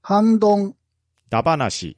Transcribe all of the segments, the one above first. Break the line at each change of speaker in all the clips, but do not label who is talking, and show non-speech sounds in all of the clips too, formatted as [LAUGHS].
半ドン、
ダバナシ、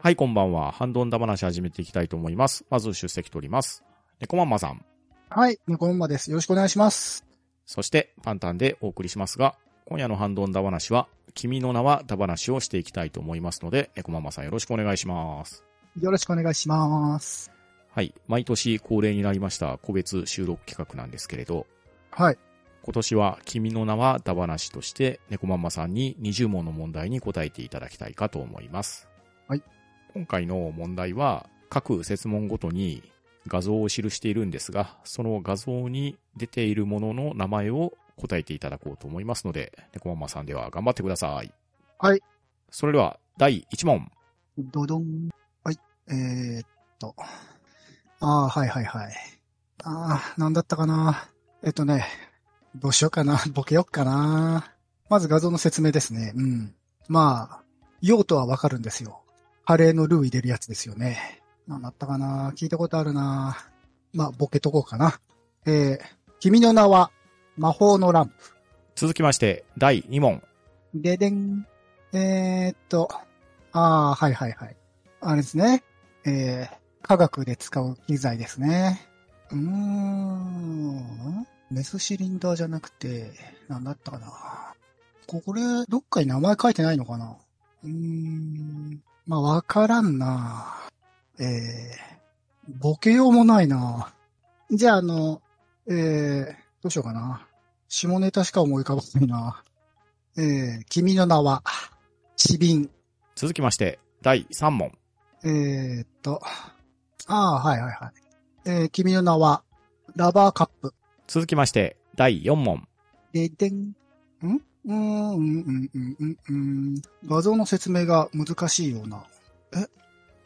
はい、こんばんは。ハンドンダ話始めていきたいと思います。まず出席取ります。猫マンマさん、
はい、猫マンマです。よろしくお願いします。
そしてパンタンでお送りしますが、今夜のハンドンダ話は、君の名はダ話をしていきたいと思いますので、猫マンマさんよろしくお願いします。
よろしくお願いします。
はい、毎年恒例になりました個別収録企画なんですけれど、
はい、
今年は君の名はダ話として、猫マンマさんに20問の問題に答えていただきたいかと思います。
はい。
今回の問題は、各設問ごとに画像を記しているんですが、その画像に出ているものの名前を答えていただこうと思いますので、猫マンマさんでは頑張ってください。
はい。
それでは、第1問。
どどん。はい、えー、っと。ああ、はいはいはい。ああ、なんだったかな。えっとね、どうしようかな。 [LAUGHS] ボケよっかな。まず画像の説明ですね。うん。まあ、用途はわかるんですよ。カレーのルー入れるやつですよね。なんだったかな。聞いたことあるな。まあ、ボケとこうかな。えー、君の名は魔法のランプ。
続きまして、第2問。
ででん。えー、っと、ああ、はいはいはい。あれですね。えー、科学で使う機材ですね。うーん。メスシリンダーじゃなくて、なんだったかな。これ、どっかに名前書いてないのかなうーん。まあ、わからんな。えー、ボケようもないな。じゃあ、あの、えー、どうしようかな。下ネタしか思い浮かばないな。えー、君の名は、ちびん。
続きまして、第3問。
えー、っと、ああ、はいはいはい。えー、君の名は、ラバーカップ。
続きまして、第4問。
ででん。んうーん、うん、うん、うん、うん、うん。画像の説明が難しいような。え、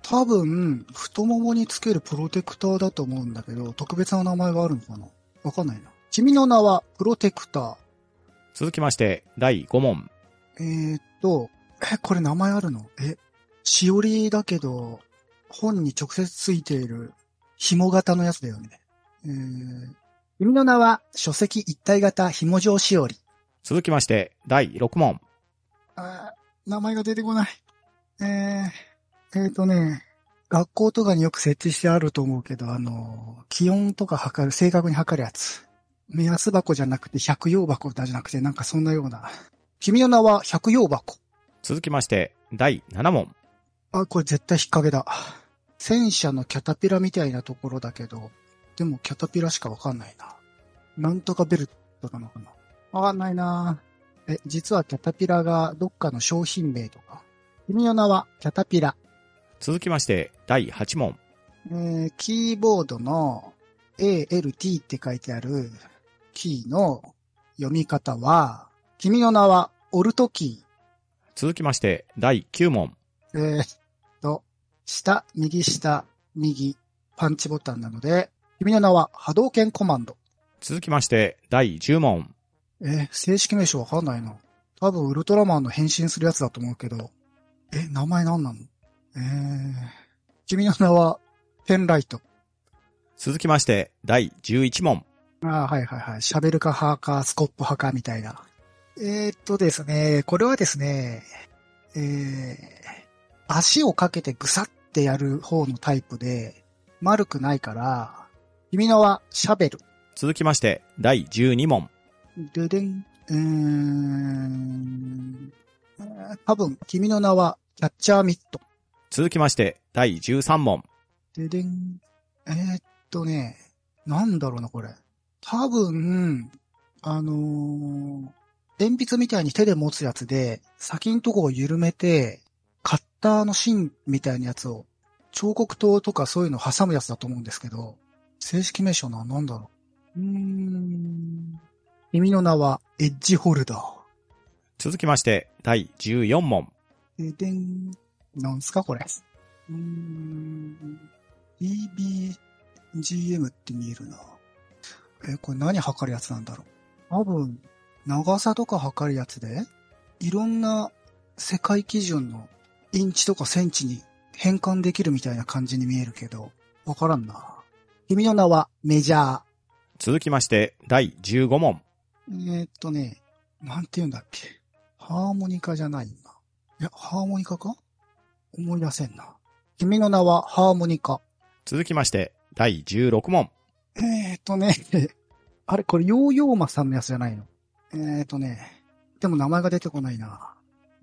多分、太ももにつけるプロテクターだと思うんだけど、特別な名前があるのかなわかんないな。君の名は、プロテクター。
続きまして、第5問。
えー、っと、え、これ名前あるのえ、しおりだけど、本に直接ついている紐型のやつだよね。えー、君の名は書籍一体型紐状しおり。
続きまして、第6問。
あー名前が出てこない。えー、えー、とね、学校とかによく設置してあると思うけど、あの、気温とか測る、正確に測るやつ。目安箱じゃなくて百葉箱だじゃなくて、なんかそんなような。君の名は百葉箱。
続きまして、第7問。
あ、これ絶対引っ掛けだ。戦車のキャタピラみたいなところだけど、でもキャタピラしかわかんないな。なんとかベルトなのかなわかんないなえ、実はキャタピラがどっかの商品名とか。君の名はキャタピラ。
続きまして、第8問。
えーキーボードの ALT って書いてあるキーの読み方は、君の名はオルトキー。
続きまして、第9問。
えーっと、下、右下、右、パンチボタンなので、君の名は波動拳コマンド。
続きまして、第10問。
えー正式名称わかんないな。多分ウルトラマンの変身するやつだと思うけど。え、名前なんなのえー、君の名はペンライト。
続きまして、第11問。
ああ、はいはいはい。シャベルか派か、スコップ派かみたいな。えー、っとですね、これはですね、えー、足をかけてぐさってやる方のタイプで、丸くないから、君のはシャベル。
続きまして、第12問。
ででん。うーん。えー多分、君の名はキャッチャーミット。
続きまして、第13問。
ででん。えー、っとね、なんだろうな、これ。多分、あのー鉛筆みたいに手で持つやつで、先んとこを緩めて、カッターの芯みたいなやつを、彫刻刀とかそういうのを挟むやつだと思うんですけど、正式名称のは何だろう。うーん。耳の名はエッジホルダー。
続きまして、第14問。
ででん。なんすか、これ。うーん。BBGM って見えるな。え、これ何測るやつなんだろう。多分、長さとか測るやつで、いろんな世界基準のインチとかセンチに変換できるみたいな感じに見えるけど、わからんな。君の名はメジャー。
続きまして、第15問。
えーっとね、なんて言うんだっけ。ハーモニカじゃないな。いや、ハーモニカか思い出せんな。君の名はハーモニカ。
続きまして、第16問。
えーっとね、 [LAUGHS] あれ、これ、ヨーヨーマさんのやつじゃないの。えーっとね、でも名前が出てこないな。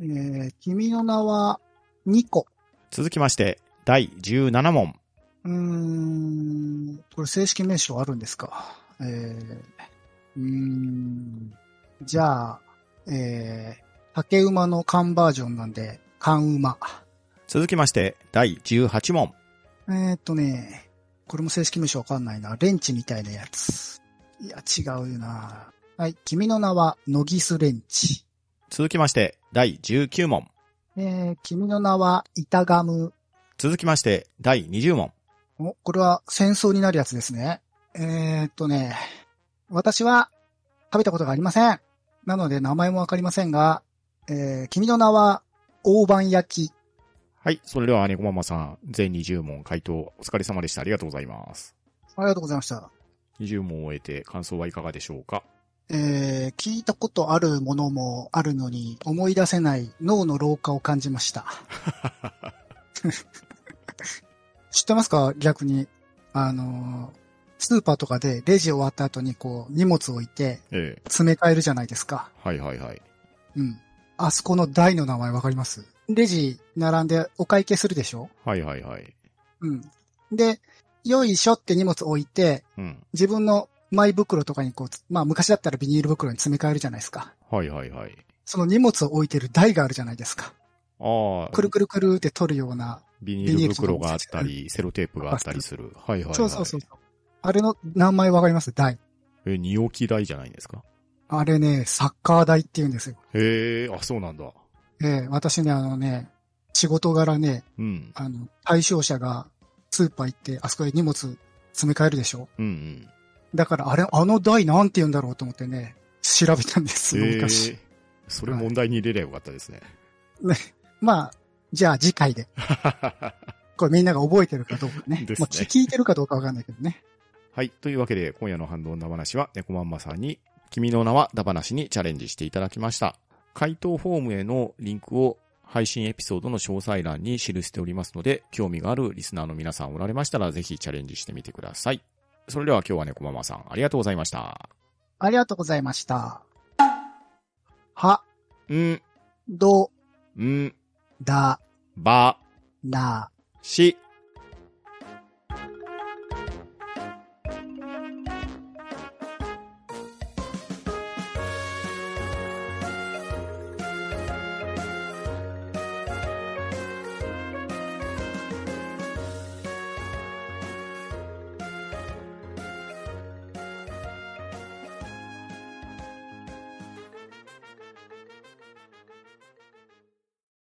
えー、君の名はニコ。
続きまして、第17問。
うーん、これ正式名称あるんですか。えー、うーん、じゃあ、えー、竹馬の缶バージョンなんで、缶馬。
続きまして、第18問。
えー、っとね、これも正式名称わかんないな。レンチみたいなやつ。いや、違うな。はい、君の名は、ノギスレンチ。
続きまして、第19問。
えー、君の名は、イタガム。
続きまして、第20問。
お、これは戦争になるやつですね。えー、っとね、私は食べたことがありません。なので名前もわかりませんが、えー、君の名は大判焼き。
はい。それでは、ネコママさん、全20問回答、お疲れ様でした。ありがとうございます。
ありがとうございました。
20問を終えて、感想はいかがでしょうか
えー、聞いたことあるものもあるのに思い出せない脳の老化を感じました。知ってますか逆に。あのースーパーとかでレジ終わった後にこう荷物置いて
ええ。
詰め替えるじゃないですか。
はいはいはい。
うん。あそこの台の名前わかりますレジ並んでお会計するでしょ
はいはいはい。
うん。で、よいしょって荷物置いて、
うん。
自分のマイ袋とかにこうつ、まあ昔だったらビニール袋に詰め替えるじゃないですか。
はいはいはい。
その荷物を置いてる台があるじゃないですか。
ああ、
くるくるくるって取るような。
ビニール袋があったり、セロテープがあったりする。はいはいはい。
そうそうそう。あれの名前わかります台。
え、二置き台じゃないんですか
あれね、サッカー台って言うんですよ。
へえ、あ、そうなんだ。
ええ私ね、あのね、仕事柄ね、
うん。
あの、対象者がスーパー行って、あそこで荷物詰め替えるでしょ
うんうん。
だから、あれ、あの台なんて言うんだろうと思ってね、調べたんですよ、昔。
えーそれ問題に入れりゃよかったですね。
まあ、じゃあ次
[LAUGHS]
回で。これみんなが覚えてるかどうかね。
です
ま
ね
あ、聞聞いてるかどうかわかんないけどね。
はい。というわけで、今夜の反動な話は、猫まんまさんに、君の名はだ話にチャレンジしていただきました。回答フォームへのリンクを配信エピソードの詳細欄に記しておりますので、興味があるリスナーの皆さんおられましたら、ぜひチャレンジしてみてください。それでは今日は猫ママさん、ありがとうございました。
ありがとうございました。は、
ん、
ど、
ん、
だ、
ば、
な、
し、